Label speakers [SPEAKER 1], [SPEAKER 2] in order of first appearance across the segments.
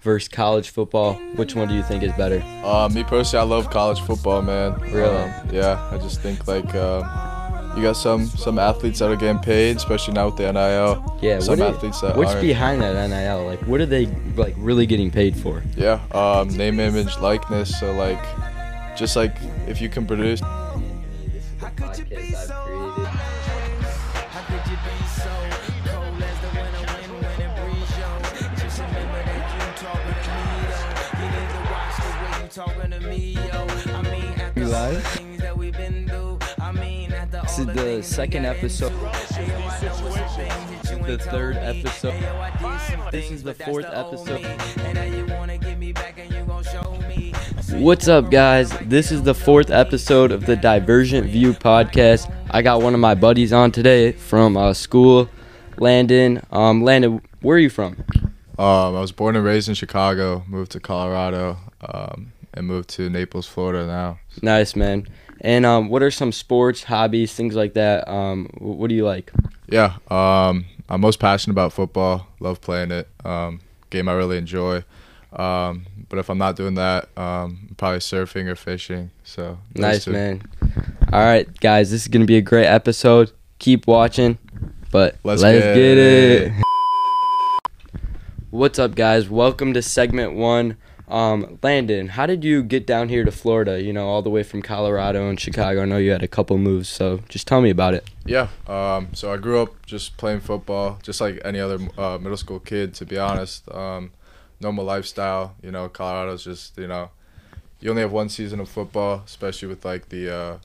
[SPEAKER 1] versus college football, which one do you think is better?
[SPEAKER 2] Uh, me personally, I love college football, man.
[SPEAKER 1] Really?
[SPEAKER 2] Um, yeah, I just think like um, you got some some athletes that are getting paid, especially now with the NIL.
[SPEAKER 1] Yeah,
[SPEAKER 2] some
[SPEAKER 1] what are-
[SPEAKER 2] athletes that
[SPEAKER 1] what's
[SPEAKER 2] aren't.
[SPEAKER 1] behind that NIL? Like, what are they like really getting paid for?
[SPEAKER 2] Yeah, um, name, image, likeness. So like, just like if you can produce.
[SPEAKER 3] We
[SPEAKER 4] You live?
[SPEAKER 3] This is the second episode. The third episode. This is the fourth episode.
[SPEAKER 1] What's up, guys? This is the fourth episode of the Divergent View podcast. I got one of my buddies on today from uh, school, Landon. Um, Landon, where are you from?
[SPEAKER 2] Um, I was born and raised in Chicago, moved to Colorado, um, and moved to Naples, Florida now.
[SPEAKER 1] Nice, man. And um, what are some sports, hobbies, things like that? Um, wh- what do you like?
[SPEAKER 2] Yeah, um, I'm most passionate about football. Love playing it. Um, game I really enjoy. Um, but if I'm not doing that, um, probably surfing or fishing. So those
[SPEAKER 1] Nice,
[SPEAKER 2] two.
[SPEAKER 1] man. All right, guys, this is gonna be a great episode. Keep watching, but let's,
[SPEAKER 2] Let's
[SPEAKER 1] get,
[SPEAKER 2] get
[SPEAKER 1] it. What's up, guys? Welcome to segment one. Um, Landon, how did you get down here to Florida? You know, all the way from Colorado and Chicago. I know you had a couple moves, so just tell me about it.
[SPEAKER 2] Yeah. Um, so I grew up just playing football, just like any other uh, middle school kid, to be honest. Um, normal lifestyle, you know. Colorado's just, you know, you only have one season of football, especially with like the uh,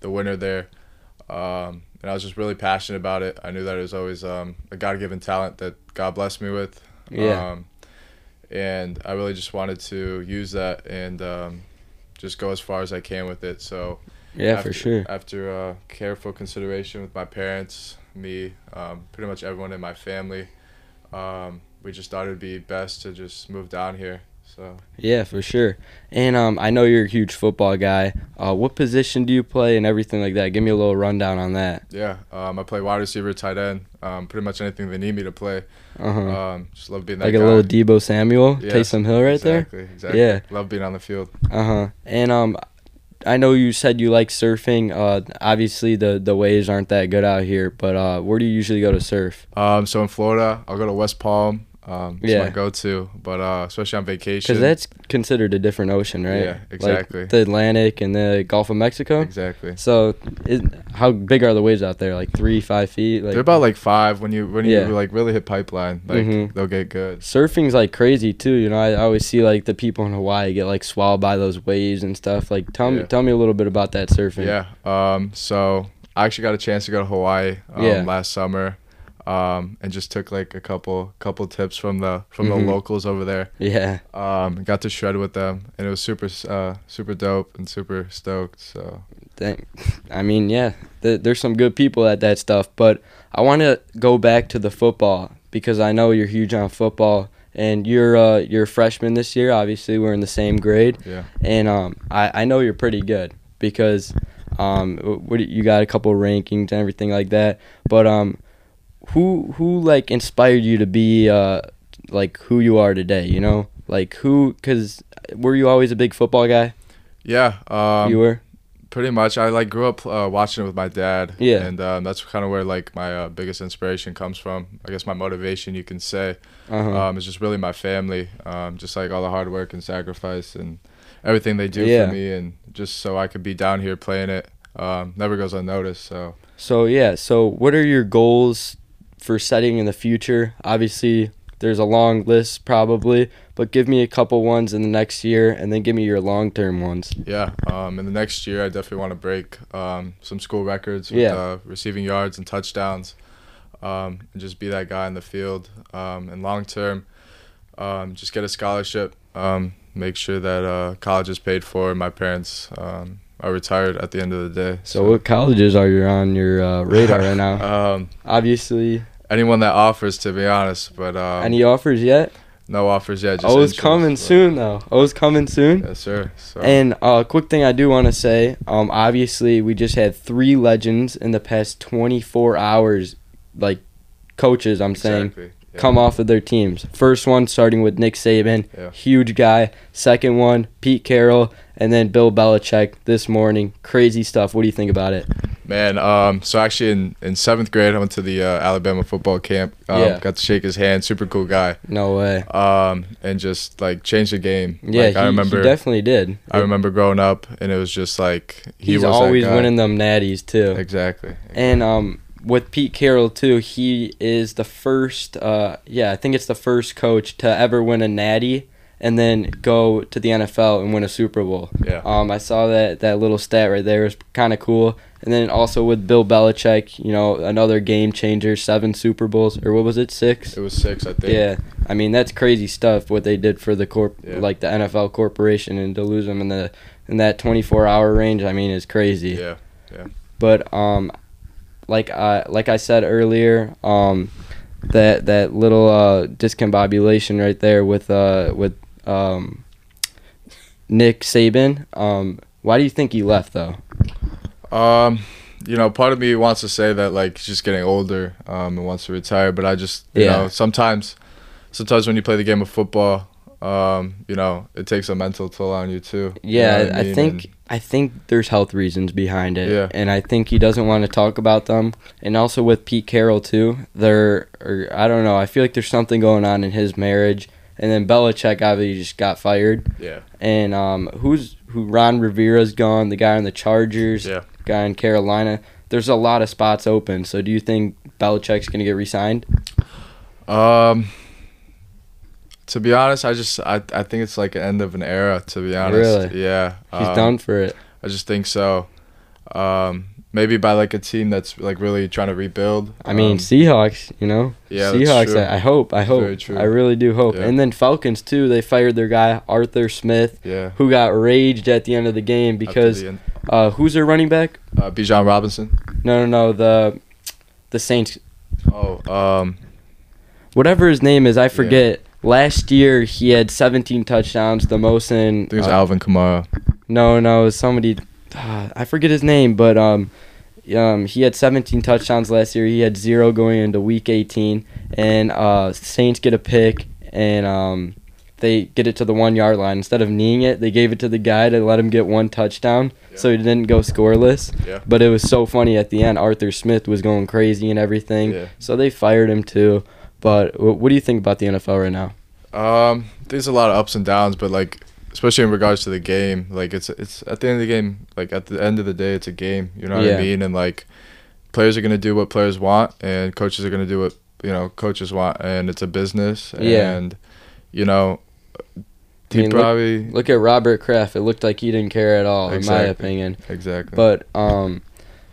[SPEAKER 2] the winter there. Um, and I was just really passionate about it. I knew that it was always um, a God-given talent that God blessed me with.
[SPEAKER 1] Yeah.
[SPEAKER 2] Um, and I really just wanted to use that and um, just go as far as I can with it. So
[SPEAKER 1] Yeah,
[SPEAKER 2] after,
[SPEAKER 1] for sure.
[SPEAKER 2] After uh, careful consideration with my parents, me, um, pretty much everyone in my family, um, we just thought it'd be best to just move down here. So
[SPEAKER 1] Yeah, for sure. And um, I know you're a huge football guy. Uh, what position do you play and everything like that? Give me a little rundown on that.
[SPEAKER 2] yeah, um, I play wide receiver, tight end, um, pretty much anything they need me to play.
[SPEAKER 1] Uh-huh.
[SPEAKER 2] Um, just love being that
[SPEAKER 1] like
[SPEAKER 2] guy.
[SPEAKER 1] a little Debo Samuel,
[SPEAKER 2] Yeah,
[SPEAKER 1] Taysom Hill right there.
[SPEAKER 2] exactly, Exactly.
[SPEAKER 1] Yeah.
[SPEAKER 2] Love being on the field.
[SPEAKER 1] Uh huh. And um, I know you said you like surfing. Uh, obviously the the waves aren't that good out here, but uh, where do you usually go to surf?
[SPEAKER 2] Um, so in Florida, I'll go to West Palm. Um, it's
[SPEAKER 1] Yeah.
[SPEAKER 2] my go-to, but uh, especially on vacation.
[SPEAKER 1] Because that's considered a different ocean, right?
[SPEAKER 2] Yeah, exactly.
[SPEAKER 1] Like the Atlantic and the Gulf of Mexico.
[SPEAKER 2] exactly.
[SPEAKER 1] So, is, how big are the waves out there? Like three, five feet. Like
[SPEAKER 2] They're about like five when you when you
[SPEAKER 1] Yeah.
[SPEAKER 2] like really hit pipeline, like
[SPEAKER 1] Mhm.
[SPEAKER 2] they'll get good.
[SPEAKER 1] surfing's like crazy too. You know, I always see like the people in Hawaii get like swallowed by those waves and stuff. Like, tell me,
[SPEAKER 2] Yeah.
[SPEAKER 1] tell me a little bit about that surfing.
[SPEAKER 2] Yeah. Um. So I actually got a chance to go to Hawaii um,
[SPEAKER 1] Yeah.
[SPEAKER 2] last summer, um, and just took like a couple couple tips from the from
[SPEAKER 1] Mhm.
[SPEAKER 2] the locals over there.
[SPEAKER 1] Yeah.
[SPEAKER 2] Um, got to shred with them, and it was super uh super dope and super stoked. So
[SPEAKER 1] Thank, I mean, yeah, th- there's some good people at that stuff, but I want to go back to the football because I know you're huge on football, and you're uh, you're a freshman this year. Obviously, we're in the same grade,
[SPEAKER 2] yeah.
[SPEAKER 1] and um, I I know you're pretty good because um, w- what do- you got a couple rankings and everything like that. But um, who who like inspired you to be uh like who you are today? You know, like who? Cause were you always a big football guy?
[SPEAKER 2] Yeah. Um,
[SPEAKER 1] you were.
[SPEAKER 2] pretty much i like grew up uh, watching it with my dad
[SPEAKER 1] Yeah.
[SPEAKER 2] and um, that's kind of where like my uh, biggest inspiration comes from i guess my motivation you can say
[SPEAKER 1] Uh-huh.
[SPEAKER 2] um, is just really my family um, just like all the hard work and sacrifice and everything they do
[SPEAKER 1] Yeah.
[SPEAKER 2] for me and just so i could be down here playing it um, never goes unnoticed so
[SPEAKER 1] So yeah, so what are your goals for setting in the future? Obviously, there's a long list probably, but give me a couple ones in the next year and then give me your long-term ones.
[SPEAKER 2] yeah um, in the next year i definitely want to break um, some school records with
[SPEAKER 1] Yeah.
[SPEAKER 2] uh, receiving yards and touchdowns um, and just be that guy in the field um, and long term um, just get a scholarship um, make sure that uh, college is paid for my parents um, are retired at the end of the day
[SPEAKER 1] So what colleges are you on your uh, radar right now?
[SPEAKER 2] um,
[SPEAKER 1] Obviously,
[SPEAKER 2] anyone that offers to be honest but um,
[SPEAKER 1] any offers yet?
[SPEAKER 2] no offers yet just uh,
[SPEAKER 1] Oh, it's
[SPEAKER 2] interest,
[SPEAKER 1] coming
[SPEAKER 2] but-
[SPEAKER 1] soon though. Oh, it's coming soon.
[SPEAKER 2] yes sir so
[SPEAKER 1] And a uh, quick thing I do want to say, um, obviously we just had three legends in the past 24 hours, like coaches. I'm saying
[SPEAKER 2] exactly.
[SPEAKER 1] come off of their teams. First one starting with Nick Saban,
[SPEAKER 2] Yeah.
[SPEAKER 1] huge guy. Second one, Pete Carroll, and then Bill Belichick this morning. Crazy stuff. What do you think about it?
[SPEAKER 2] Man, um, so actually in, in seventh grade, I went to the uh, Alabama football camp. Um,
[SPEAKER 1] Yeah.
[SPEAKER 2] Got to shake his hand. Super cool guy.
[SPEAKER 1] No way.
[SPEAKER 2] Um, and just like changed the game.
[SPEAKER 1] Yeah,
[SPEAKER 2] like,
[SPEAKER 1] he,
[SPEAKER 2] I
[SPEAKER 1] he
[SPEAKER 2] remember.
[SPEAKER 1] definitely did.
[SPEAKER 2] I remember growing up, and it was just like he
[SPEAKER 1] He's
[SPEAKER 2] was that
[SPEAKER 1] always
[SPEAKER 2] guy.
[SPEAKER 1] winning them natties too.
[SPEAKER 2] Exactly.
[SPEAKER 1] And um, with Pete Carroll too, he is the first. Uh, yeah, I think it's the first coach to ever win a natty and then go to the NFL and win a Super Bowl.
[SPEAKER 2] Yeah.
[SPEAKER 1] Um, I saw that that little stat right there. It was kind of cool. And then also with Bill Belichick, you know, another game changer, seven Super Bowls or what was it, six?
[SPEAKER 2] It was six, I think.
[SPEAKER 1] Yeah, I mean that's crazy stuff what they did for the corp,
[SPEAKER 2] Yeah.
[SPEAKER 1] like the NFL corporation, and to lose them in the in that twenty four hour range, I mean, is crazy
[SPEAKER 2] Yeah.
[SPEAKER 1] but um, like I like I said earlier, um, that that little uh, discombobulation right there with uh with um, Nick Saban. Um, why do you think he left though?
[SPEAKER 2] Um, you know, part of me wants to say that like he's just getting older, um, and wants to retire, but I just you
[SPEAKER 1] Yeah.
[SPEAKER 2] know, sometimes sometimes when you play the game of football, um, you know, it takes a mental toll on you too. You
[SPEAKER 1] Yeah,
[SPEAKER 2] know what
[SPEAKER 1] I,
[SPEAKER 2] mean?
[SPEAKER 1] think
[SPEAKER 2] And-
[SPEAKER 1] I think there's health reasons behind it,
[SPEAKER 2] Yeah.
[SPEAKER 1] and I think he doesn't want to talk about them. And also with Pete Carroll too, there or I don't know. I feel like there's something going on in his marriage, and then Belichick obviously just got fired.
[SPEAKER 2] yeah.
[SPEAKER 1] and um, who's who? Ron Rivera's gone. The guy on the Chargers.
[SPEAKER 2] Yeah.
[SPEAKER 1] Guy in Carolina. There's a lot of spots open. So do you think Belichick's gonna get re-signed?
[SPEAKER 2] Um to be honest, I just I, I think it's like an end of an era. To be honest,
[SPEAKER 1] Really?
[SPEAKER 2] yeah,
[SPEAKER 1] He's
[SPEAKER 2] um,
[SPEAKER 1] done for it.
[SPEAKER 2] I just think so. Um, maybe by like a team that's like really trying to rebuild.
[SPEAKER 1] I mean,
[SPEAKER 2] Um,
[SPEAKER 1] Seahawks. You know.
[SPEAKER 2] yeah, that's
[SPEAKER 1] Seahawks.
[SPEAKER 2] true.
[SPEAKER 1] I, I hope. I hope.
[SPEAKER 2] Very true.
[SPEAKER 1] I really do hope.
[SPEAKER 2] Yeah.
[SPEAKER 1] And then Falcons too. They fired their guy Arthur Smith,
[SPEAKER 2] yeah,
[SPEAKER 1] who got raged at the end of the game
[SPEAKER 2] after
[SPEAKER 1] because
[SPEAKER 2] the end.
[SPEAKER 1] uh, who's their running back?
[SPEAKER 2] uh, Bijan Robinson.
[SPEAKER 1] No, no, no. The the Saints.
[SPEAKER 2] Oh, um,
[SPEAKER 1] Whatever his name is, I forget. Last year he had 17 touchdowns, the most in
[SPEAKER 2] I think it was
[SPEAKER 1] uh,
[SPEAKER 2] Alvin Kamara.
[SPEAKER 1] No, no, it was somebody. ah, I forget his name, but um, um, he had 17 touchdowns last year. He had zero going into Week 18, and uh, Saints get a pick, and um, they get it to the one yard line instead of kneeing it. They gave it to the guy to let him get one touchdown, so he didn't go scoreless.
[SPEAKER 2] Yeah.
[SPEAKER 1] But it was so funny at the end. Arthur Smith was going crazy and everything,
[SPEAKER 2] Yeah.
[SPEAKER 1] so they fired him too. But wh- what do you think about the NFL right now?
[SPEAKER 2] Um, there's a lot of ups and downs, but like especially in regards to the game, like it's it's at the end of the game, like at the end of the day, it's a game. You know what
[SPEAKER 1] Yeah.
[SPEAKER 2] I mean? And like players are gonna do what players want, and coaches are gonna do what you know coaches want, and it's a business.
[SPEAKER 1] Yeah.
[SPEAKER 2] And you know,
[SPEAKER 1] I
[SPEAKER 2] he
[SPEAKER 1] mean, look-
[SPEAKER 2] probably
[SPEAKER 1] Look at Robert Kraft. It looked like he didn't care at all, in my
[SPEAKER 2] Exactly.
[SPEAKER 1] opinion.
[SPEAKER 2] exactly.
[SPEAKER 1] But um,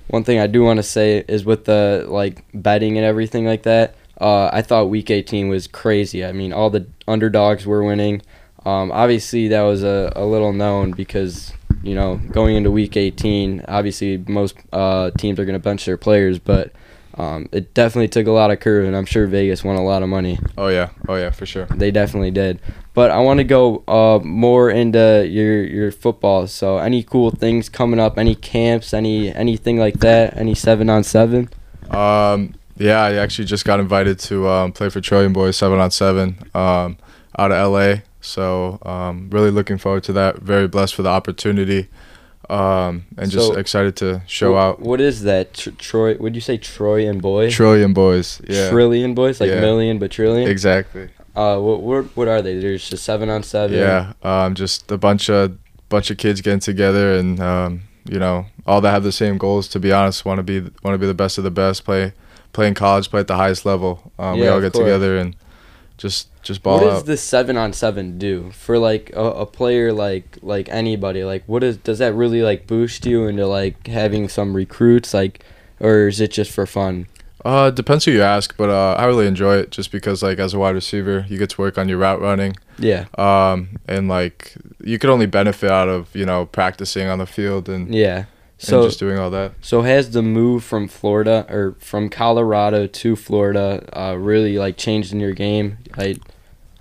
[SPEAKER 1] one thing I do want to say is with the like betting and everything like that. Uh, I thought Week 18 was crazy. I mean, all the underdogs were winning. Um, obviously, that was a, a little known because you know going into Week 18, obviously most uh, teams are going to bench their players, but um, it definitely took a lot of curve, and I'm sure Vegas won a lot of money.
[SPEAKER 2] oh yeah, oh yeah, for sure.
[SPEAKER 1] They definitely did. But I want to go uh, more into your your football. So any cool things coming up? Any camps? Any anything like that? Any seven on seven?
[SPEAKER 2] Um, yeah, I actually just got invited to um, play for Trillion Boys seven on seven um, out of LA. So um, really looking forward to that. Very blessed for the opportunity, um, and just
[SPEAKER 1] So-
[SPEAKER 2] excited to show
[SPEAKER 1] Wh-
[SPEAKER 2] out
[SPEAKER 1] What is that? Tr- Troy? Would you say Troy and boy?
[SPEAKER 2] Trillion Boys. Yeah,
[SPEAKER 1] Trillion boys, like
[SPEAKER 2] Yeah.
[SPEAKER 1] million but trillion.
[SPEAKER 2] exactly.
[SPEAKER 1] uh, what, what what are they? There's just seven on seven.
[SPEAKER 2] Yeah, um, just a bunch of bunch of kids getting together, and um, you know, all that have the same goals. To be honest, want to be want to be the best of the best. Play play in college, play at the highest level. Um, we
[SPEAKER 1] Yeah,
[SPEAKER 2] all
[SPEAKER 1] of
[SPEAKER 2] get
[SPEAKER 1] course.
[SPEAKER 2] together and just just ball
[SPEAKER 1] What
[SPEAKER 2] out.
[SPEAKER 1] does the seven on seven do for like a, a player like like anybody? Like, what is does that really like boost you into like having some recruits? Like, or is it just for fun?
[SPEAKER 2] Uh, it depends who you ask, but uh, I really enjoy it just because, like, as a wide receiver, you get to work on your route running,
[SPEAKER 1] Yeah,
[SPEAKER 2] um, and like you could only benefit out of you know practicing on the field and,
[SPEAKER 1] yeah.
[SPEAKER 2] and
[SPEAKER 1] So
[SPEAKER 2] just doing all that.
[SPEAKER 1] so has the move from Florida or from Colorado to Florida uh, really like changed in your game? Like,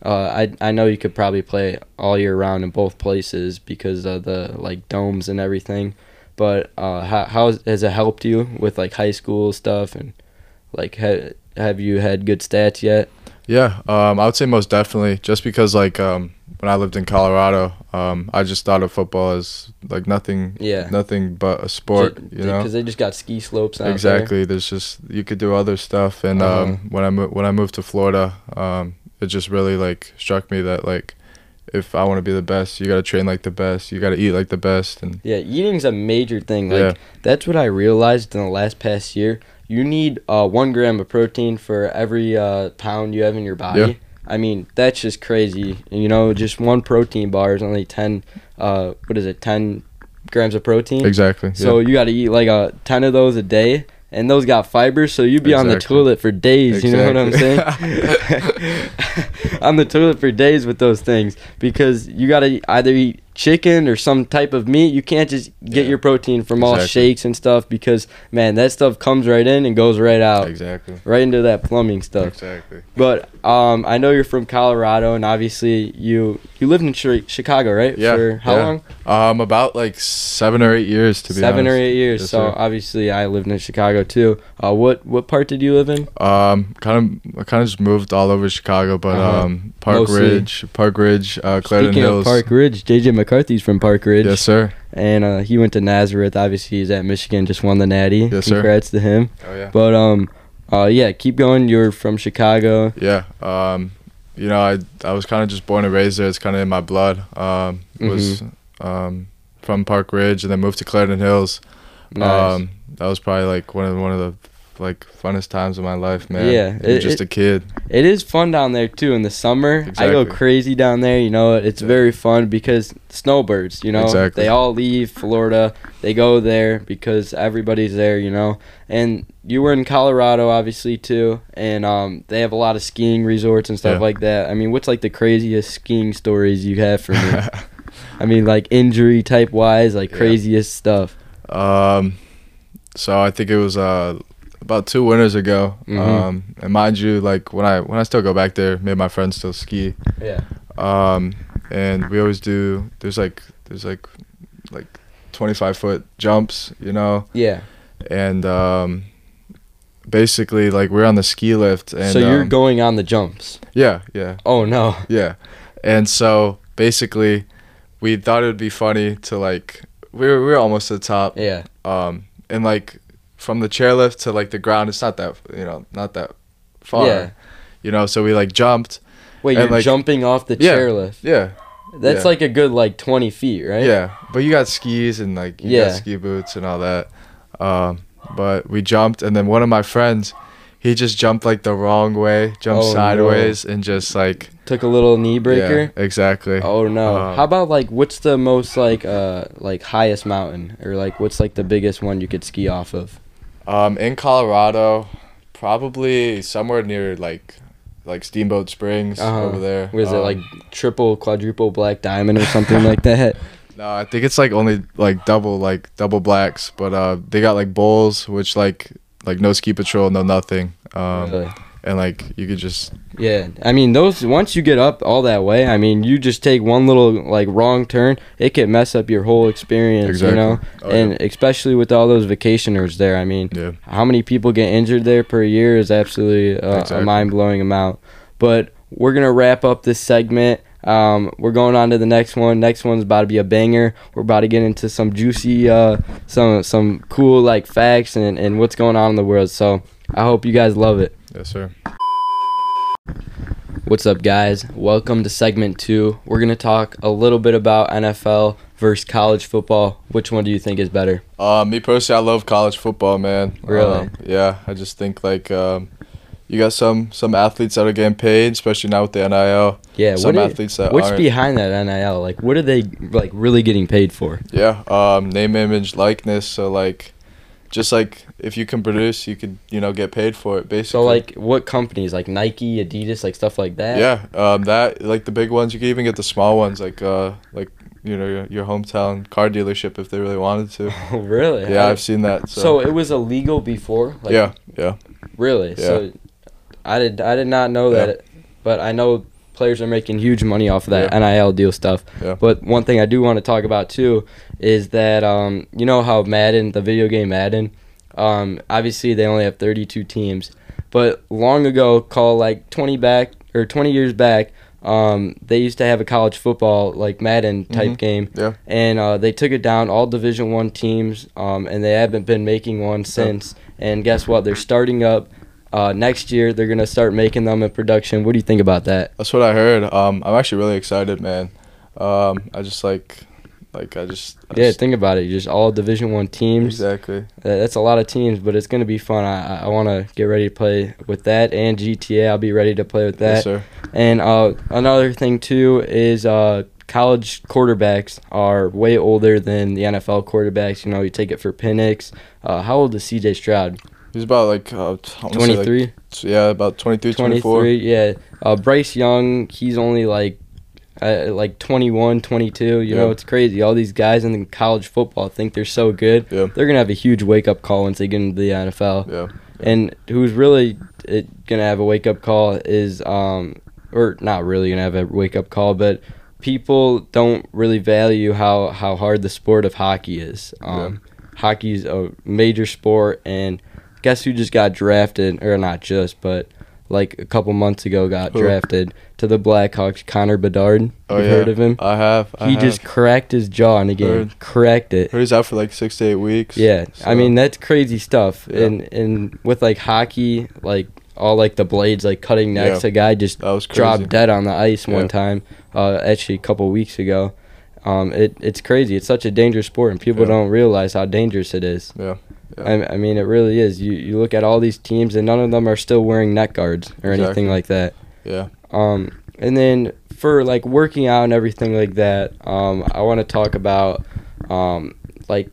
[SPEAKER 1] uh, I I know you could probably play all year round in both places because of the like domes and everything, but uh, how how has- has it helped you with like high school stuff and like ha- have you had good stats yet?
[SPEAKER 2] Yeah, um, I would say most definitely. Just because, like, um, when I lived in Colorado, um, I just thought of football as like nothing,
[SPEAKER 1] Yeah.
[SPEAKER 2] nothing but a sport. you know,
[SPEAKER 1] because they just got ski slopes. Out
[SPEAKER 2] exactly. There's just you could do other stuff, and
[SPEAKER 1] Uh-huh.
[SPEAKER 2] um, when I mo- when I moved to Florida, um, it just really like struck me that like if I want to be the best, you gotta train like the best, you gotta eat like the best, and
[SPEAKER 1] There. Yeah, eating's a major thing. Like
[SPEAKER 2] Yeah.
[SPEAKER 1] that's what I realized in the last past year. You need uh, one gram of protein for every uh, pound you have in your body.
[SPEAKER 2] Yeah.
[SPEAKER 1] I mean, that's just crazy. You know, just one protein bar is only ten. Uh, what is it? Ten grams of protein.
[SPEAKER 2] exactly.
[SPEAKER 1] So
[SPEAKER 2] yeah.
[SPEAKER 1] you got to eat like a ten of those a day, and those got fiber, so you'd be on the
[SPEAKER 2] Exactly.
[SPEAKER 1] toilet for days. You know what I'm
[SPEAKER 2] Exactly.
[SPEAKER 1] saying? on the toilet for days with those things because you got to either eat chicken or some type of meat. You can't just get
[SPEAKER 2] Yeah.
[SPEAKER 1] your protein from all
[SPEAKER 2] Exactly.
[SPEAKER 1] shakes and stuff because man, that stuff comes right in and goes right out,
[SPEAKER 2] exactly.
[SPEAKER 1] right into that plumbing stuff.
[SPEAKER 2] Exactly.
[SPEAKER 1] But um, I know you're from Colorado, and obviously you you lived in Chi- Chicago, right?
[SPEAKER 2] Yeah,
[SPEAKER 1] For how
[SPEAKER 2] yeah.
[SPEAKER 1] long?
[SPEAKER 2] Um, about like seven or eight years to be
[SPEAKER 1] seven or
[SPEAKER 2] honest.
[SPEAKER 1] eight years.
[SPEAKER 2] Yes,
[SPEAKER 1] so uh,
[SPEAKER 2] sir.
[SPEAKER 1] obviously, I lived in Chicago too. Uh, what what part did you live in?
[SPEAKER 2] Um, kind of, I kind of just moved all over Chicago, but
[SPEAKER 1] Uh-huh.
[SPEAKER 2] um, Park
[SPEAKER 1] Mostly.
[SPEAKER 2] Ridge, Park Ridge, uh, Clarendon
[SPEAKER 1] Speaking
[SPEAKER 2] Hills.
[SPEAKER 1] of Park Ridge, JJ McCarthy's from Park Ridge,
[SPEAKER 2] Yes, sir.
[SPEAKER 1] and uh, he went to Nazareth. Obviously, he's at Michigan, just won the Natty.
[SPEAKER 2] Yes, sir.
[SPEAKER 1] Congrats to him.
[SPEAKER 2] Oh yeah.
[SPEAKER 1] But um, uh, yeah, keep going. You're from Chicago.
[SPEAKER 2] Yeah. Um, you know, I I was kind of just born and raised there. It's kind of in my blood. Um, was
[SPEAKER 1] Mm-hmm.
[SPEAKER 2] um from Park Ridge and then moved to Clarendon Hills.
[SPEAKER 1] Nice.
[SPEAKER 2] Um, that was probably like one of one of the like funnest times of my life, man.
[SPEAKER 1] Yeah,
[SPEAKER 2] And
[SPEAKER 1] it-
[SPEAKER 2] just
[SPEAKER 1] it-
[SPEAKER 2] a kid.
[SPEAKER 1] It is fun down there too in the summer. I go
[SPEAKER 2] Exactly.
[SPEAKER 1] crazy down there. You know, it's
[SPEAKER 2] Yeah.
[SPEAKER 1] very fun because snowbirds. You know,
[SPEAKER 2] Exactly.
[SPEAKER 1] they all leave Florida. They go there because everybody's there. You know, and you were in Colorado obviously too, and um, they have a lot of skiing resorts and stuff
[SPEAKER 2] Yeah.
[SPEAKER 1] like that. I mean, what's like the craziest skiing stories you have for me? I mean, like injury type wise, like
[SPEAKER 2] Yeah.
[SPEAKER 1] craziest stuff.
[SPEAKER 2] Um, so I think it was uh about two winters ago.
[SPEAKER 1] Mhm.
[SPEAKER 2] Um, and mind you, like when I when I still go back there, me and my friends still ski.
[SPEAKER 1] Yeah.
[SPEAKER 2] Um, and we always do. There's like there's like like 25 foot jumps, you know,
[SPEAKER 1] Yeah.
[SPEAKER 2] and um, basically like we're on the ski lift. And,
[SPEAKER 1] so you're
[SPEAKER 2] um,
[SPEAKER 1] going on the jumps.
[SPEAKER 2] Yeah, yeah,
[SPEAKER 1] Oh no.
[SPEAKER 2] yeah. And so basically, we thought it would be funny to like we were we were almost to the top
[SPEAKER 1] Yeah.
[SPEAKER 2] um and like from the chairlift to like the ground it's not that you know not that far
[SPEAKER 1] Yeah.
[SPEAKER 2] you know so we like jumped
[SPEAKER 1] Wait,
[SPEAKER 2] And,
[SPEAKER 1] you're
[SPEAKER 2] like-
[SPEAKER 1] jumping off the
[SPEAKER 2] Yeah.
[SPEAKER 1] chairlift.
[SPEAKER 2] yeah
[SPEAKER 1] That's
[SPEAKER 2] Yeah.
[SPEAKER 1] like a good like twenty feet, right?
[SPEAKER 2] yeah but you got skis and like you
[SPEAKER 1] Yeah.
[SPEAKER 2] got ski boots and all that um but we jumped and then one of my friends he just jumped like the wrong way jumped
[SPEAKER 1] Oh, no.
[SPEAKER 2] sideways and just like
[SPEAKER 1] Took a little knee
[SPEAKER 2] yeah,
[SPEAKER 1] breaker.
[SPEAKER 2] exactly
[SPEAKER 1] Oh no!
[SPEAKER 2] Um,
[SPEAKER 1] How about like what's the most like uh like highest mountain or like what's like the biggest one you could ski off of?
[SPEAKER 2] um in colorado probably somewhere near like like steamboat springs
[SPEAKER 1] Uh-huh.
[SPEAKER 2] over there
[SPEAKER 1] Was it
[SPEAKER 2] Um,
[SPEAKER 1] like triple, quadruple black diamond or something like that?
[SPEAKER 2] No, I think it's like only like double like double blacks, but uh they got like bowls which like like no ski patrol, no nothing. Um
[SPEAKER 1] Really?
[SPEAKER 2] and like you could just
[SPEAKER 1] Yeah, I mean those. Once you get up all that way, I mean you just take one little like wrong turn, it could mess up your whole experience,
[SPEAKER 2] Exactly.
[SPEAKER 1] you know.
[SPEAKER 2] Oh, yeah.
[SPEAKER 1] and especially with all those vacationers there, I mean,
[SPEAKER 2] Yeah.
[SPEAKER 1] how many people get injured there per year is absolutely uh, a
[SPEAKER 2] Exactly.
[SPEAKER 1] mind blowing amount. But we're gonna wrap up this segment. Um, we're going on to the next one. Next one's about to be a banger. We're about to get into some juicy, uh, some some cool like facts and and what's going on in the world. So I hope you guys love it.
[SPEAKER 2] Yes sir.
[SPEAKER 1] What's up, guys? Welcome to segment two. We're going to talk a little bit about NFL versus college football. Which one do you think is better?
[SPEAKER 2] Uh me personally I love college football, man.
[SPEAKER 1] Really?
[SPEAKER 2] Um, yeah. I just think like um you got some some athletes that are getting paid, especially now with the NIL.
[SPEAKER 1] Yeah,
[SPEAKER 2] Some
[SPEAKER 1] what i-
[SPEAKER 2] athletes that
[SPEAKER 1] what's
[SPEAKER 2] aren't.
[SPEAKER 1] behind that NIL? Like, what are they like really getting paid for?
[SPEAKER 2] Yeah. Um name, image, likeness, so like just like if you can produce you could, you know, get paid for it basically.
[SPEAKER 1] So, like, what companies like Nike, Adidas, like stuff like that?
[SPEAKER 2] Yeah, um, that like the big ones. You can even get the small ones, like uh, like you know your, your hometown car dealership if they really wanted to.
[SPEAKER 1] Oh, really?
[SPEAKER 2] Yeah,
[SPEAKER 1] I-
[SPEAKER 2] I've seen that. So,
[SPEAKER 1] so. it was illegal before. Like,
[SPEAKER 2] yeah, yeah,
[SPEAKER 1] Really?
[SPEAKER 2] Yeah.
[SPEAKER 1] So, I did. I did not know
[SPEAKER 2] Yeah.
[SPEAKER 1] that, but I know players are making huge money off of that
[SPEAKER 2] Yeah.
[SPEAKER 1] NIL deal stuff.
[SPEAKER 2] Yeah.
[SPEAKER 1] But one thing I do want to talk about too is that um, you know how Madden, the video game Madden, um, obviously they only have 32 teams, But long ago, call like 20 back or 20 years back, um, they used to have a college football like Madden type
[SPEAKER 2] Mhm.
[SPEAKER 1] game.
[SPEAKER 2] Yeah.
[SPEAKER 1] And uh, they took it down all Division One teams, um, and they haven't been making one since. And guess what? They're starting up. Uh, next year, they're gonna start making them in production. What do you think about that?
[SPEAKER 2] That's what I heard. Um, I'm actually really excited, man. Um, I just like, like I just I
[SPEAKER 1] Yeah,
[SPEAKER 2] just-
[SPEAKER 1] think about it. Just all Division One teams.
[SPEAKER 2] exactly.
[SPEAKER 1] Uh, That's a lot of teams, but it's gonna be fun. I, I want to get ready to play with that and GTA. I'll be ready to play with that.
[SPEAKER 2] yes, sir.
[SPEAKER 1] And uh, another thing too is uh, college quarterbacks are way older than the NFL quarterbacks. You know, you take it for Penix. Uh, how old is CJ Stroud?
[SPEAKER 2] He's about like uh, t- I wanna say, like,
[SPEAKER 1] 23?
[SPEAKER 2] t- yeah, about 23, 24.
[SPEAKER 1] 23, yeah. Uh, Bryce Young, he's only like uh, like 21, 22. You know,
[SPEAKER 2] Yeah.
[SPEAKER 1] it's crazy. All these guys in college football think they're so good.
[SPEAKER 2] Yeah.
[SPEAKER 1] They're going to have a huge wake up call once they get into the NFL.
[SPEAKER 2] Yeah.
[SPEAKER 1] And who's really it, gonna have a wake up call is um or not really gonna have a wake up call, but people don't really value how how hard the sport of hockey is. Um, Hockey's a major sport, and guess who just got drafted or not just, but like a couple months ago got
[SPEAKER 2] Who?
[SPEAKER 1] drafted to the Blackhawks. Connor Bedard,
[SPEAKER 2] Oh
[SPEAKER 1] you
[SPEAKER 2] yeah.
[SPEAKER 1] heard of him?
[SPEAKER 2] I have. I
[SPEAKER 1] he
[SPEAKER 2] have.
[SPEAKER 1] just cracked his jaw in a game.
[SPEAKER 2] Heard.
[SPEAKER 1] Cracked it.
[SPEAKER 2] heard he's out for like six to eight weeks.
[SPEAKER 1] Yeah, I
[SPEAKER 2] so-
[SPEAKER 1] mean that's crazy stuff.
[SPEAKER 2] Yeah.
[SPEAKER 1] And and with like hockey, like all like the blades like cutting necks,
[SPEAKER 2] Yeah.
[SPEAKER 1] a guy just
[SPEAKER 2] that was crazy.
[SPEAKER 1] dropped dead on the ice one
[SPEAKER 2] Yeah.
[SPEAKER 1] time. Uh, actually, a couple weeks ago. Um, it it's crazy. It's such a dangerous sport, and people
[SPEAKER 2] Yeah.
[SPEAKER 1] don't realize how dangerous it is.
[SPEAKER 2] Yeah, yeah.
[SPEAKER 1] I, I mean, it really is. You you look at all these teams, and none of them are still wearing neck guards or anything
[SPEAKER 2] Exactly.
[SPEAKER 1] like that.
[SPEAKER 2] Yeah.
[SPEAKER 1] Um, and then for like working out and everything like that, um, I want to talk about um, like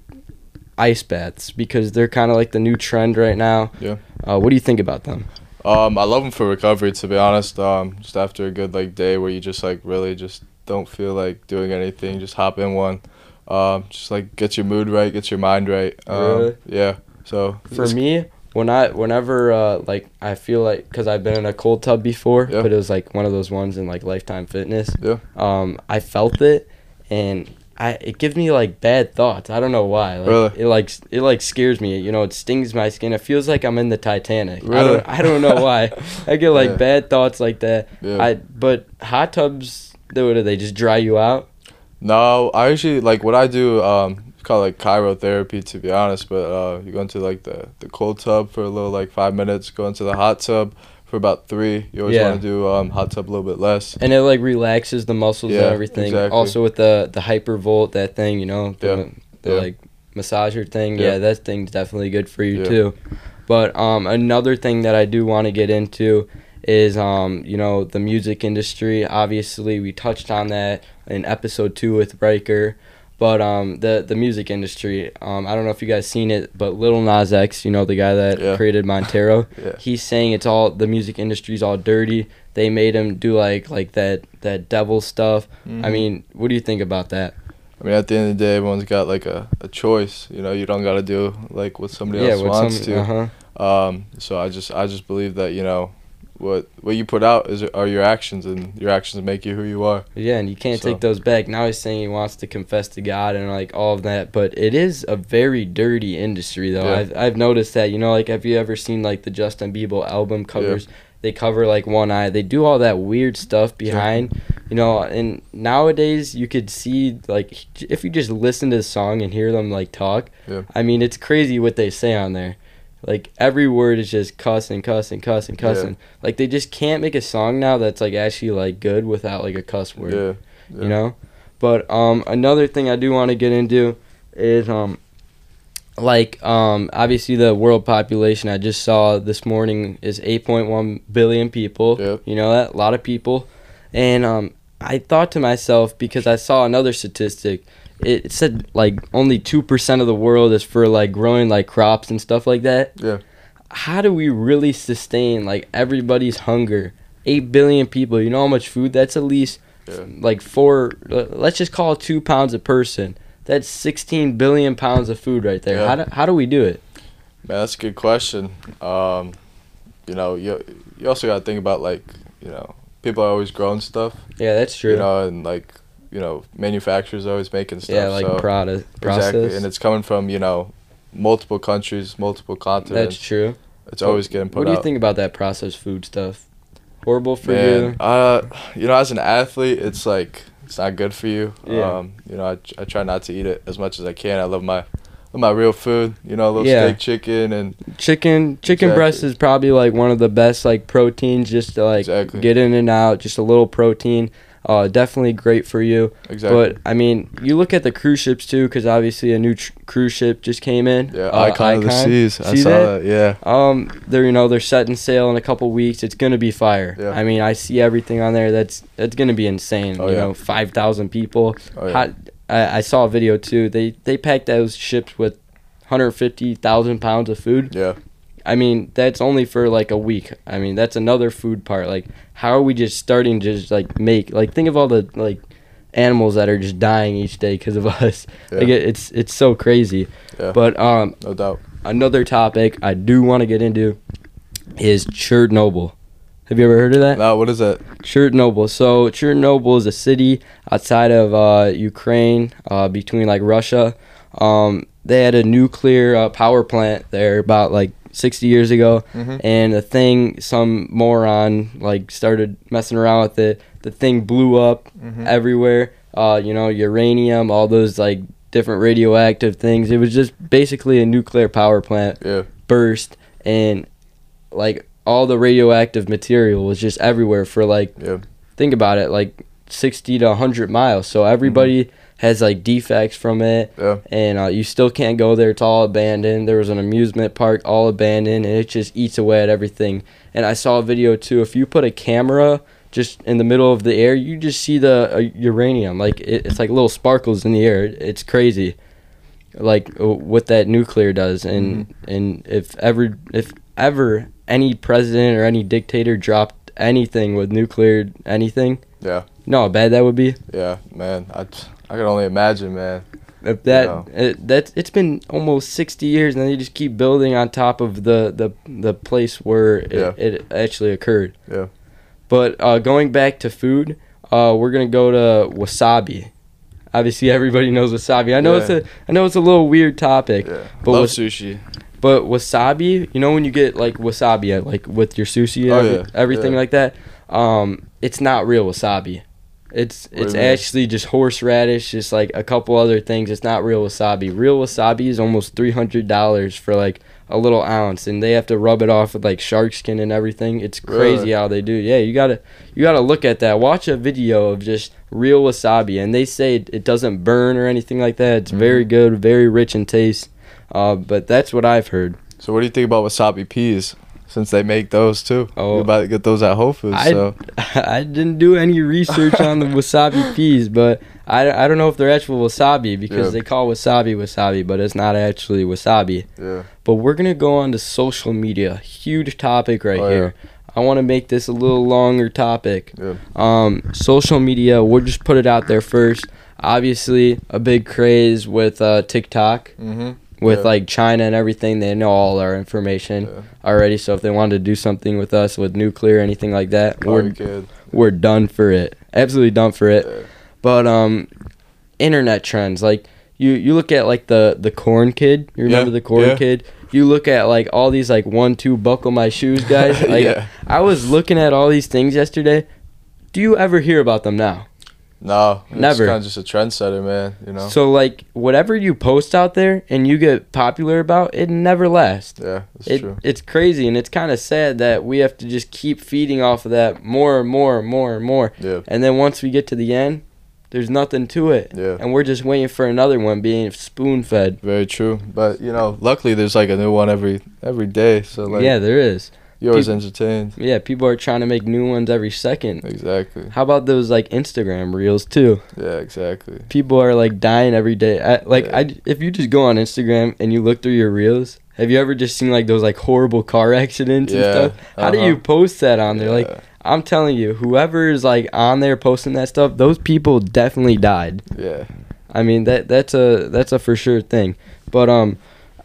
[SPEAKER 1] ice baths because they're kind of like the new trend right now.
[SPEAKER 2] Yeah.
[SPEAKER 1] Uh, what do you think about them?
[SPEAKER 2] Um, I love them for recovery. To be honest, um, just after a good like day where you just like really just don't feel like doing anything, just hop in one. Um, just like gets your mood right, gets your mind right. Um,
[SPEAKER 1] Really?
[SPEAKER 2] Yeah. So
[SPEAKER 1] For
[SPEAKER 2] it's-
[SPEAKER 1] me, when I whenever uh, like I feel like because I've been in a cold tub before,
[SPEAKER 2] Yeah.
[SPEAKER 1] but it was like one of those ones in like Lifetime Fitness.
[SPEAKER 2] Yeah.
[SPEAKER 1] Um, I felt it, and I it gives me like bad thoughts. I don't know why. Like,
[SPEAKER 2] Really?
[SPEAKER 1] It like s- it like scares me. You know, it stings my skin. It feels like I'm in the Titanic. I
[SPEAKER 2] Really?
[SPEAKER 1] don't, I don't know why. I get like
[SPEAKER 2] Yeah.
[SPEAKER 1] bad thoughts like that.
[SPEAKER 2] Yeah.
[SPEAKER 1] I but hot tubs. They, what do they just dry you out?
[SPEAKER 2] No, I usually like what I do. Um, it's called like chirotherapy, to be honest. But uh, you go into like the the cold tub for a little like five minutes. Go into the hot tub for about three. You always
[SPEAKER 1] Yeah.
[SPEAKER 2] want to do um hot tub a little bit less.
[SPEAKER 1] And it like relaxes the muscles and
[SPEAKER 2] Yeah,
[SPEAKER 1] everything.
[SPEAKER 2] exactly.
[SPEAKER 1] Also with the the hypervolt that thing, you know, the,
[SPEAKER 2] Yeah,
[SPEAKER 1] the
[SPEAKER 2] yeah.
[SPEAKER 1] like massager thing.
[SPEAKER 2] Yeah.
[SPEAKER 1] Yeah. that thing's definitely good for you
[SPEAKER 2] Yeah.
[SPEAKER 1] too. But um, another thing that I do want to get into is um, you know, the music industry. Obviously, we touched on that in episode two with Riker. But um, the the music industry. Um, I don't know if you guys seen it, but Lil Nas X, you know, the guy that
[SPEAKER 2] Yeah.
[SPEAKER 1] created Montero.
[SPEAKER 2] Yeah.
[SPEAKER 1] He's saying it's all the music industry's all dirty. They made him do like like that that devil stuff. I mean, what do you think about that?
[SPEAKER 2] Mm-hmm. I mean, at the end of the day, everyone's got like a, a choice. You know, you don't got to do like what somebody else
[SPEAKER 1] what
[SPEAKER 2] wants to.
[SPEAKER 1] uh-huh.
[SPEAKER 2] Um, so I just I just believe that you know, what what you put out is are your actions, and your actions make you who you are.
[SPEAKER 1] Yeah, and you can't
[SPEAKER 2] So-
[SPEAKER 1] take those back. Now he's saying he wants to confess to God and like all of that, but it is a very dirty industry though.
[SPEAKER 2] Yeah.
[SPEAKER 1] I've I've noticed that. You know, like have you ever seen like the Justin Bieber album covers? They cover like one eye. They do all that weird stuff behind. You know, and nowadays you could see like if you just listen to the song and hear them like talk.
[SPEAKER 2] Yeah.
[SPEAKER 1] I mean, it's crazy what they say on there. Like every word is just cussing, cussing, cussing,
[SPEAKER 2] Yeah.
[SPEAKER 1] cussing. Like they just can't make a song now that's like actually like good without like a cuss word
[SPEAKER 2] Yeah.
[SPEAKER 1] you
[SPEAKER 2] Yeah.
[SPEAKER 1] know but um another thing i do want to get into is um like um obviously the world population i just saw this morning is 8.1 billion people
[SPEAKER 2] Yep.
[SPEAKER 1] you know that a lot of people and um i thought to myself because i saw another statistic it it said like only 2% of the world is for like growing like crops and stuff like that
[SPEAKER 2] Yeah.
[SPEAKER 1] how do we really sustain like everybody's hunger 8 billion people you know how much food that's at least
[SPEAKER 2] Yeah.
[SPEAKER 1] like four l- let's just call it two pounds a person that's 16 billion pounds of food right there
[SPEAKER 2] Yeah.
[SPEAKER 1] how, do, how do we do it
[SPEAKER 2] Man, that's a good question. Um, you know, you you also got to think about like you know people are always growing stuff.
[SPEAKER 1] yeah that's true
[SPEAKER 2] You know, and like you know manufacturers are always making stuff.
[SPEAKER 1] yeah like
[SPEAKER 2] so,
[SPEAKER 1] product process
[SPEAKER 2] exactly, and it's coming from you know multiple countries, multiple continents.
[SPEAKER 1] that's true
[SPEAKER 2] It's always getting put
[SPEAKER 1] What do you
[SPEAKER 2] out.
[SPEAKER 1] think about that processed food stuff? Horrible for
[SPEAKER 2] Man,
[SPEAKER 1] you.
[SPEAKER 2] uh, you know, as an athlete, it's like it's not good for you.
[SPEAKER 1] Yeah.
[SPEAKER 2] Um, you know, I, I try not to eat it as much as I can. I love my love my real food. You know, a little
[SPEAKER 1] Yeah.
[SPEAKER 2] steak, chicken, and
[SPEAKER 1] Chicken chicken
[SPEAKER 2] Exactly.
[SPEAKER 1] breast is probably like one of the best like proteins just to like
[SPEAKER 2] Exactly.
[SPEAKER 1] get in and out, just a little protein. Uh, definitely great for you.
[SPEAKER 2] exactly.
[SPEAKER 1] But I mean, you look at the cruise ships too, because obviously a new tr- cruise ship just came in.
[SPEAKER 2] yeah,
[SPEAKER 1] uh,
[SPEAKER 2] icon, of the
[SPEAKER 1] Icon.
[SPEAKER 2] seas. I
[SPEAKER 1] See
[SPEAKER 2] saw
[SPEAKER 1] that?
[SPEAKER 2] that. Yeah.
[SPEAKER 1] Um, they're you know they're setting sail in a couple weeks. It's gonna be fire.
[SPEAKER 2] Yeah.
[SPEAKER 1] I mean, I see everything on there. That's that's gonna be insane.
[SPEAKER 2] Oh,
[SPEAKER 1] you
[SPEAKER 2] yeah.
[SPEAKER 1] know, five thousand people.
[SPEAKER 2] Oh, yeah.
[SPEAKER 1] Hot, I, I saw a video too. They they packed those ships with. 150,000 pounds of food.
[SPEAKER 2] Yeah.
[SPEAKER 1] I mean, that's only for like a week. I mean, that's another food part. Like, how are we just starting to just like make like think of all the like animals that are just dying each day because of us.
[SPEAKER 2] Yeah.
[SPEAKER 1] Like it, it's it's so crazy.
[SPEAKER 2] Yeah.
[SPEAKER 1] But um,
[SPEAKER 2] No doubt.
[SPEAKER 1] another topic I do want to get into is Chernobyl. Have you ever heard of that?
[SPEAKER 2] Now, what is that?
[SPEAKER 1] Chernobyl. So Chernobyl is a city outside of uh, Ukraine, uh, between like Russia. Um, they had a nuclear uh, power plant there about like 60 years ago,
[SPEAKER 2] Mhm.
[SPEAKER 1] and the thing, some moron like started messing around with it. The thing blew up
[SPEAKER 2] Mm-hmm.
[SPEAKER 1] everywhere. Uh, you know, uranium, all those like different radioactive things. It was just basically a nuclear power plant
[SPEAKER 2] Yeah.
[SPEAKER 1] burst and like all the radioactive material was just everywhere for like
[SPEAKER 2] Yeah.
[SPEAKER 1] think about it like 60 to 100 miles so everybody has like defects from it
[SPEAKER 2] Mm-hmm. Yeah.
[SPEAKER 1] and uh, you still can't go there it's all abandoned there was an amusement park all abandoned and it just eats away at everything and i saw a video too if you put a camera just in the middle of the air you just see the uh, uranium like it, it's like little sparkles in the air it's crazy like uh, what that nuclear does and and if ever if ever any president or any dictator dropped anything with nuclear anything
[SPEAKER 2] Yeah.
[SPEAKER 1] no how bad that would be
[SPEAKER 2] Yeah. Man, I I can only imagine, man.
[SPEAKER 1] if that
[SPEAKER 2] No.
[SPEAKER 1] it, that it's been almost 60 years and they just keep building on top of the the, the place where it,
[SPEAKER 2] Yeah.
[SPEAKER 1] it actually occurred
[SPEAKER 2] Yeah.
[SPEAKER 1] but uh, going back to food uh, we're gonna go to wasabi obviously everybody knows wasabi i know
[SPEAKER 2] Yeah.
[SPEAKER 1] it's a i know it's a little weird topic
[SPEAKER 2] Yeah.
[SPEAKER 1] But
[SPEAKER 2] Love
[SPEAKER 1] was-
[SPEAKER 2] sushi.
[SPEAKER 1] But wasabi, you know when you get like wasabi at, like with your sushi and
[SPEAKER 2] Oh,
[SPEAKER 1] every-
[SPEAKER 2] yeah,
[SPEAKER 1] everything
[SPEAKER 2] yeah.
[SPEAKER 1] like that, um, it's not real wasabi. It's
[SPEAKER 2] do
[SPEAKER 1] it's
[SPEAKER 2] you mean?
[SPEAKER 1] actually just horseradish, just like a couple other things. It's not real wasabi. Real wasabi is almost three hundred dollars for like a little ounce, and they have to rub it off with like shark skin and everything. It's crazy
[SPEAKER 2] Really?
[SPEAKER 1] how they do. Yeah, you gotta you gotta look at that. Watch a video of just real wasabi, and they say it, it doesn't burn or anything like that. It's very
[SPEAKER 2] Mm-hmm.
[SPEAKER 1] good, very rich in taste. Uh, but that's what I've heard.
[SPEAKER 2] So what do you think about wasabi peas? Since they make those too,
[SPEAKER 1] Oh.
[SPEAKER 2] you're about to get those at Whole Foods.
[SPEAKER 1] I-
[SPEAKER 2] so
[SPEAKER 1] I didn't do any research on the wasabi peas, but I, I don't know if they're actual wasabi because
[SPEAKER 2] Yeah.
[SPEAKER 1] they call wasabi wasabi, but it's not actually wasabi.
[SPEAKER 2] yeah,
[SPEAKER 1] But we're gonna go on to social media, huge topic right
[SPEAKER 2] Oh, yeah.
[SPEAKER 1] here. I want to make this a little longer topic.
[SPEAKER 2] Yeah.
[SPEAKER 1] Um, social media, we'll just put it out there first. Obviously, a big craze with uh, TikTok,
[SPEAKER 2] mm-hmm.
[SPEAKER 1] with
[SPEAKER 2] Yeah.
[SPEAKER 1] like China and everything. They know all our information
[SPEAKER 2] Yeah.
[SPEAKER 1] already. So if they wanted to do something with us, with nuclear, anything like that,
[SPEAKER 2] Oh,
[SPEAKER 1] we're
[SPEAKER 2] you're good.
[SPEAKER 1] we're done for it. Absolutely done for it.
[SPEAKER 2] Yeah.
[SPEAKER 1] But um, internet trends like you you look at like the the corn kid. You remember
[SPEAKER 2] Yeah,
[SPEAKER 1] the corn
[SPEAKER 2] yeah.
[SPEAKER 1] kid? You look at like all these like one two buckle my shoes guys. Like
[SPEAKER 2] Yeah.
[SPEAKER 1] I was looking at all these things yesterday. Do you ever hear about them now?
[SPEAKER 2] No,
[SPEAKER 1] Never.
[SPEAKER 2] Kind of just a trendsetter, man. You know.
[SPEAKER 1] So like whatever you post out there and you get popular about, it never lasts.
[SPEAKER 2] yeah, that's
[SPEAKER 1] it,
[SPEAKER 2] true.
[SPEAKER 1] it's crazy and it's kind of sad that we have to just keep feeding off of that more and more and more and more
[SPEAKER 2] Yeah.
[SPEAKER 1] and then once we get to the end there's nothing to it
[SPEAKER 2] Yeah.
[SPEAKER 1] and we're just waiting for another one being spoon fed
[SPEAKER 2] Very true. But you know, luckily there's like a new one every every day. So like,
[SPEAKER 1] yeah
[SPEAKER 2] yeah,
[SPEAKER 1] there is
[SPEAKER 2] you're always
[SPEAKER 1] peop-
[SPEAKER 2] entertained.
[SPEAKER 1] yeah people are trying to make new ones every second
[SPEAKER 2] Exactly.
[SPEAKER 1] how about those like instagram reels too
[SPEAKER 2] Yeah, exactly.
[SPEAKER 1] people are like dying every day I, like
[SPEAKER 2] Yeah.
[SPEAKER 1] I, if you just go on instagram and you look through your reels have you ever just seen like those like horrible car accidents and
[SPEAKER 2] Yeah,
[SPEAKER 1] stuff how do
[SPEAKER 2] uh-huh.
[SPEAKER 1] you post that on there like
[SPEAKER 2] Yeah,
[SPEAKER 1] I'm telling you, whoever is like on there posting that stuff, those people definitely died.
[SPEAKER 2] yeah,
[SPEAKER 1] I mean that that's a that's a for sure thing. But um,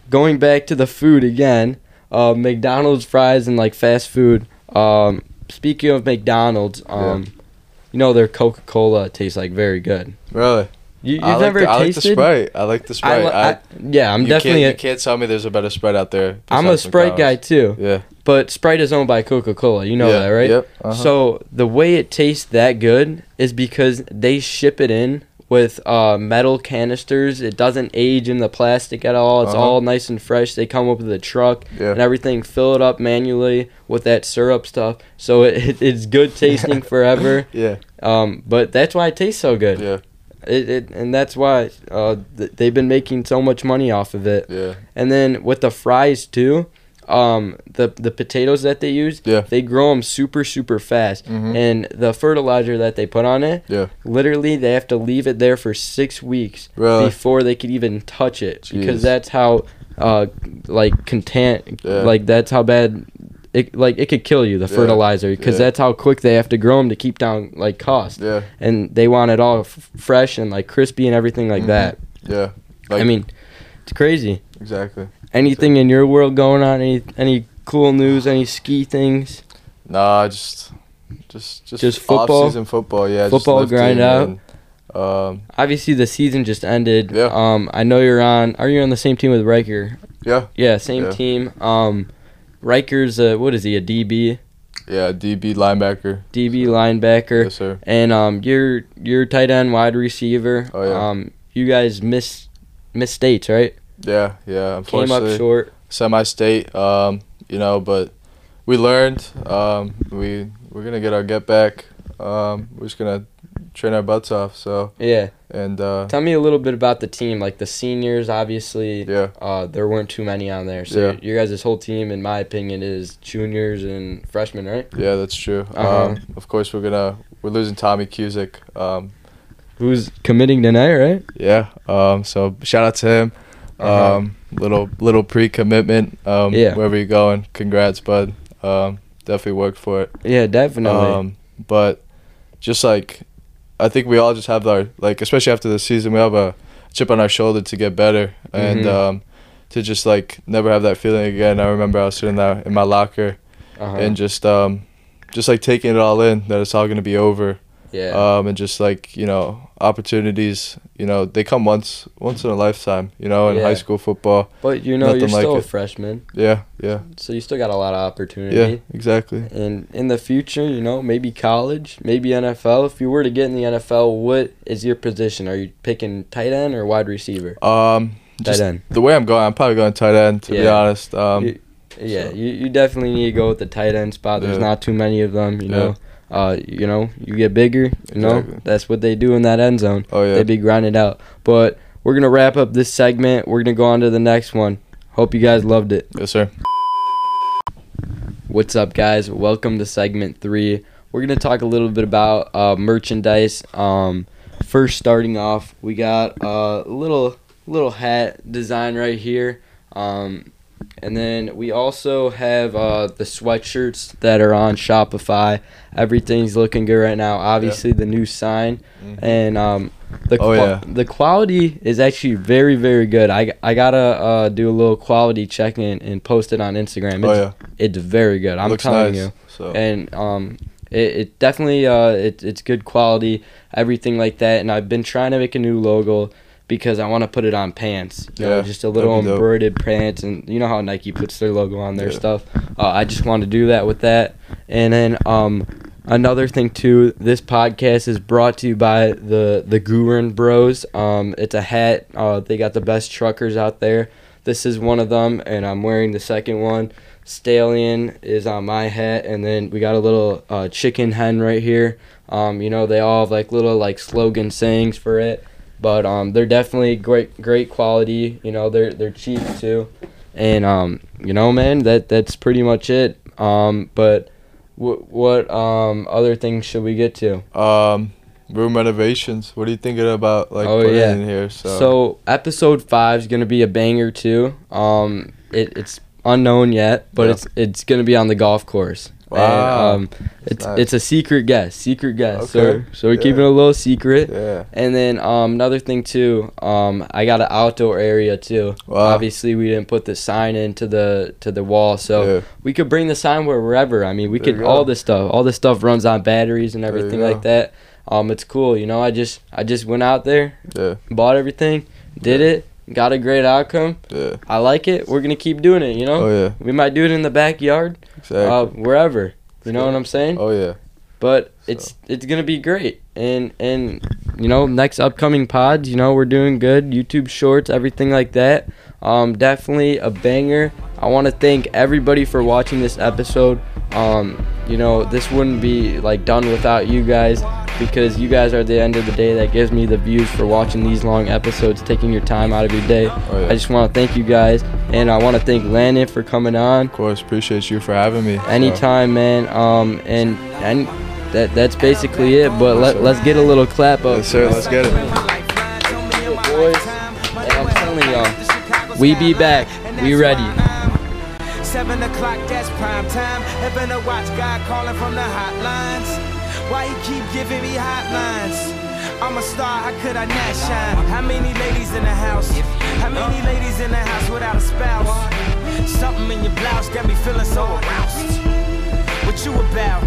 [SPEAKER 1] going back to the food again, uh, McDonald's fries and like fast food. Um, speaking of McDonald's, um, you know their Coca Cola tastes like very good.
[SPEAKER 2] really.
[SPEAKER 1] You, you've
[SPEAKER 2] I like
[SPEAKER 1] never
[SPEAKER 2] the, I like the
[SPEAKER 1] tasted.
[SPEAKER 2] sprite. I like the
[SPEAKER 1] I
[SPEAKER 2] sprite.
[SPEAKER 1] li-
[SPEAKER 2] I,
[SPEAKER 1] I- yeah, I'm
[SPEAKER 2] you
[SPEAKER 1] definitely.
[SPEAKER 2] Can't, you
[SPEAKER 1] A,
[SPEAKER 2] can't tell me there's a better sprite out there.
[SPEAKER 1] I'm a
[SPEAKER 2] besides
[SPEAKER 1] Sprite guy too,
[SPEAKER 2] McDonald's. Yeah.
[SPEAKER 1] but Sprite is owned by Coca-Cola. You know
[SPEAKER 2] yeah,
[SPEAKER 1] that, right?
[SPEAKER 2] Yep. uh-huh.
[SPEAKER 1] So the way it tastes that good is because they ship it in with uh, metal canisters. It doesn't age in the plastic at all. It's
[SPEAKER 2] Uh-huh.
[SPEAKER 1] all nice and fresh. They come up with a truck and
[SPEAKER 2] yeah.
[SPEAKER 1] everything, fill it up manually with that syrup stuff. So it, it- it's good tasting forever.
[SPEAKER 2] Yeah.
[SPEAKER 1] Um, but that's why it tastes so good.
[SPEAKER 2] Yeah.
[SPEAKER 1] It, it and that's why uh, th- they've been making so much money off of it.
[SPEAKER 2] Yeah.
[SPEAKER 1] And then with the fries too, um, the the potatoes that they use,
[SPEAKER 2] Yeah.
[SPEAKER 1] they grow them super super fast
[SPEAKER 2] Mhm.
[SPEAKER 1] and the fertilizer that they put on it,
[SPEAKER 2] Yeah.
[SPEAKER 1] literally they have to leave it there for six weeks
[SPEAKER 2] Really?
[SPEAKER 1] before they could even touch it
[SPEAKER 2] Jeez.
[SPEAKER 1] because that's how, uh, like content,
[SPEAKER 2] Yeah.
[SPEAKER 1] like that's how bad. It, like it could kill you the
[SPEAKER 2] Yeah.
[SPEAKER 1] fertilizer because
[SPEAKER 2] Yeah.
[SPEAKER 1] that's how quick they have to grow them to keep down like cost
[SPEAKER 2] Yeah.
[SPEAKER 1] and they want it all f- fresh and like crispy and everything like
[SPEAKER 2] Mhm.
[SPEAKER 1] that
[SPEAKER 2] Yeah. Like,
[SPEAKER 1] i mean it's crazy
[SPEAKER 2] exactly.
[SPEAKER 1] anything in your world going on any any cool news any ski things
[SPEAKER 2] Nah, just, just, just,
[SPEAKER 1] Just football?
[SPEAKER 2] Off-season football. Yeah.
[SPEAKER 1] Football
[SPEAKER 2] just lifting
[SPEAKER 1] grind out?
[SPEAKER 2] and, um.
[SPEAKER 1] obviously the season just ended.
[SPEAKER 2] Yeah.
[SPEAKER 1] Um, I know you're on. Are you on the same team with Riker?
[SPEAKER 2] Yeah.
[SPEAKER 1] Yeah, same
[SPEAKER 2] Yeah.
[SPEAKER 1] team. Um, Riker's a, what is he? A DB,
[SPEAKER 2] Yeah. DB linebacker.
[SPEAKER 1] DB linebacker,
[SPEAKER 2] Yes, sir.
[SPEAKER 1] and um, you're you're tight end, wide receiver.
[SPEAKER 2] Oh, yeah.
[SPEAKER 1] Um, you guys miss miss states, right?
[SPEAKER 2] Yeah. Yeah.
[SPEAKER 1] Came
[SPEAKER 2] Unfortunately.
[SPEAKER 1] up short.
[SPEAKER 2] semi-state. Um, you know, but we learned. Um, we we're gonna get our get back. Um, we're just gonna train our butts off. So
[SPEAKER 1] Yeah.
[SPEAKER 2] and uh,
[SPEAKER 1] Tell me a little bit about the team. Like the seniors, obviously.
[SPEAKER 2] yeah,
[SPEAKER 1] Uh, there weren't too many on there. So
[SPEAKER 2] Yeah.
[SPEAKER 1] your guys' whole team, in my opinion, is juniors and freshmen, right?
[SPEAKER 2] yeah, that's true.
[SPEAKER 1] Uh-huh.
[SPEAKER 2] Um, of course, we're gonna we're losing Tommy Cusick. Um,
[SPEAKER 1] Who's committing tonight, right?
[SPEAKER 2] yeah. Um, so shout out to him.
[SPEAKER 1] Uh-huh.
[SPEAKER 2] Um, little little pre-commitment. Um,
[SPEAKER 1] Yeah.
[SPEAKER 2] Wherever you're going, congrats, bud. Um, definitely worked for it.
[SPEAKER 1] Yeah, definitely.
[SPEAKER 2] Um, but just like, I think we all just have our like, especially after the season, we have a chip on our shoulder to get better and
[SPEAKER 1] Mhm.
[SPEAKER 2] um, to just like never have that feeling again. I remember I was sitting there in my locker
[SPEAKER 1] uh-huh.
[SPEAKER 2] and just um, just like taking it all in that it's all gonna be over.
[SPEAKER 1] yeah.
[SPEAKER 2] Um, and just like you know, opportunities, you know, they come once once in a lifetime. You know, in
[SPEAKER 1] Yeah.
[SPEAKER 2] high school football.
[SPEAKER 1] But you know,
[SPEAKER 2] Nothing
[SPEAKER 1] you're
[SPEAKER 2] like
[SPEAKER 1] still a
[SPEAKER 2] it.
[SPEAKER 1] freshman,
[SPEAKER 2] Yeah, yeah,
[SPEAKER 1] so you still got a lot of opportunity.
[SPEAKER 2] yeah, exactly.
[SPEAKER 1] And in the future, you know, maybe college, maybe NFL. If you were to get in the NFL, what is your position? Are you picking tight end or wide receiver?
[SPEAKER 2] Um,
[SPEAKER 1] Tight
[SPEAKER 2] just
[SPEAKER 1] end.
[SPEAKER 2] the way I'm going, I'm probably going tight end. To be
[SPEAKER 1] Yeah.
[SPEAKER 2] honest, um,
[SPEAKER 1] You- Yeah,
[SPEAKER 2] so-
[SPEAKER 1] you, you definitely need to go with the tight end spot. There's
[SPEAKER 2] Yeah.
[SPEAKER 1] not too many of them, you
[SPEAKER 2] Yeah.
[SPEAKER 1] know. Uh, you know, you get bigger, you know.
[SPEAKER 2] Exactly.
[SPEAKER 1] That's what they do in that end zone.
[SPEAKER 2] oh yeah.
[SPEAKER 1] They be grinded out. But we're gonna wrap up this segment. We're gonna go on to the next one. Hope you guys loved it.
[SPEAKER 2] Yes, sir.
[SPEAKER 1] What's up, guys? Welcome to segment three. We're gonna talk a little bit about uh, merchandise. Um, first, starting off, we got a little little hat design right here, um, and then we also have uh, the sweatshirts that are on Shopify. Everything's looking good right now. Obviously, the new sign and um, the
[SPEAKER 2] Mm-hmm. Oh,
[SPEAKER 1] qua-
[SPEAKER 2] yeah.
[SPEAKER 1] the quality is actually very very good. I I gotta uh, do a little quality check in and post it on Instagram. It's
[SPEAKER 2] Oh yeah,
[SPEAKER 1] it's very good. I'm
[SPEAKER 2] Looks
[SPEAKER 1] telling
[SPEAKER 2] nice.
[SPEAKER 1] you,
[SPEAKER 2] So
[SPEAKER 1] and um, it, it definitely uh, it, it's good quality, everything like that. And I've been trying to make a new logo because I want to put it on pants. You know,
[SPEAKER 2] Yeah,
[SPEAKER 1] just a little
[SPEAKER 2] that'd be dope.
[SPEAKER 1] embroidered pants, and you know how Nike puts their logo on their
[SPEAKER 2] Yeah.
[SPEAKER 1] stuff. Uh, I just want to do that with that, and then um. Another thing too, this podcast is brought to you by the the Gurin Bros. Um, it's a hat. Uh, they got the best truckers out there. This is one of them, and I'm wearing the second one. Stallion is on my hat, and then we got a little uh, chicken hen right here. Um, you know, they all have like little like slogan sayings for it, but um, they're definitely great, great quality. You know, they're they're cheap too, and um, you know, man, that that's pretty much it. Um, but what what um other things should we get to?
[SPEAKER 2] um, room renovations. What are you thinking about like
[SPEAKER 1] Oh,
[SPEAKER 2] putting
[SPEAKER 1] yeah.
[SPEAKER 2] in here?
[SPEAKER 1] So,
[SPEAKER 2] So,
[SPEAKER 1] episode five is gonna be a banger too. Um, it, it's unknown yet, but
[SPEAKER 2] Yeah.
[SPEAKER 1] it's it's gonna be on the golf course.
[SPEAKER 2] Wow.
[SPEAKER 1] And, um, it's
[SPEAKER 2] nice.
[SPEAKER 1] it's a secret guess, secret guess.
[SPEAKER 2] Okay.
[SPEAKER 1] So so we're
[SPEAKER 2] Yeah.
[SPEAKER 1] keeping it a little secret.
[SPEAKER 2] yeah,
[SPEAKER 1] And then um, another thing too, um, I got an outdoor area too.
[SPEAKER 2] Wow.
[SPEAKER 1] Obviously, we didn't put the sign into the to the wall, so
[SPEAKER 2] yeah,
[SPEAKER 1] we could bring the sign wherever. I mean, we
[SPEAKER 2] There you
[SPEAKER 1] could
[SPEAKER 2] go.
[SPEAKER 1] all this stuff. All this stuff runs on batteries and
[SPEAKER 2] There you
[SPEAKER 1] everything
[SPEAKER 2] go.
[SPEAKER 1] like that. um, it's cool. You know, I just I just went out there,
[SPEAKER 2] Yeah,
[SPEAKER 1] bought everything, did it, got a great outcome.
[SPEAKER 2] yeah.
[SPEAKER 1] I like it. We're gonna keep doing it. You know,
[SPEAKER 2] Oh yeah,
[SPEAKER 1] we might do it in the backyard,
[SPEAKER 2] exactly.
[SPEAKER 1] Um, uh, wherever. You know what I'm saying?
[SPEAKER 2] oh yeah,
[SPEAKER 1] But it's it's gonna be great. And and you know, next upcoming pods, you know, we're doing good. YouTube shorts, everything like that. Um, definitely a banger. I want to thank everybody for watching this episode. Um, you know, this wouldn't be like done without you guys because you guys are at the end of the day that gives me the views for watching these long episodes, taking your time out of your day.
[SPEAKER 2] oh yeah.
[SPEAKER 1] I just want to thank you guys, and I want to thank Landon for coming on
[SPEAKER 2] of course, appreciate you for having me. so.
[SPEAKER 1] anytime, man. Um, and and that that's basically it. But let let's get a little clap up.
[SPEAKER 2] Yes, sir. Let's get it.
[SPEAKER 1] Boys, I'm telling y'all, we be back. We ready.
[SPEAKER 4] Seven o'clock, that's prime time. Heaven to watch God calling from the hotlines. Why you keep giving me hotlines? I'm a star, how could I not shine? How many ladies in the house? How many ladies in the house without a spouse? Something in your blouse got me feeling so aroused. What you about?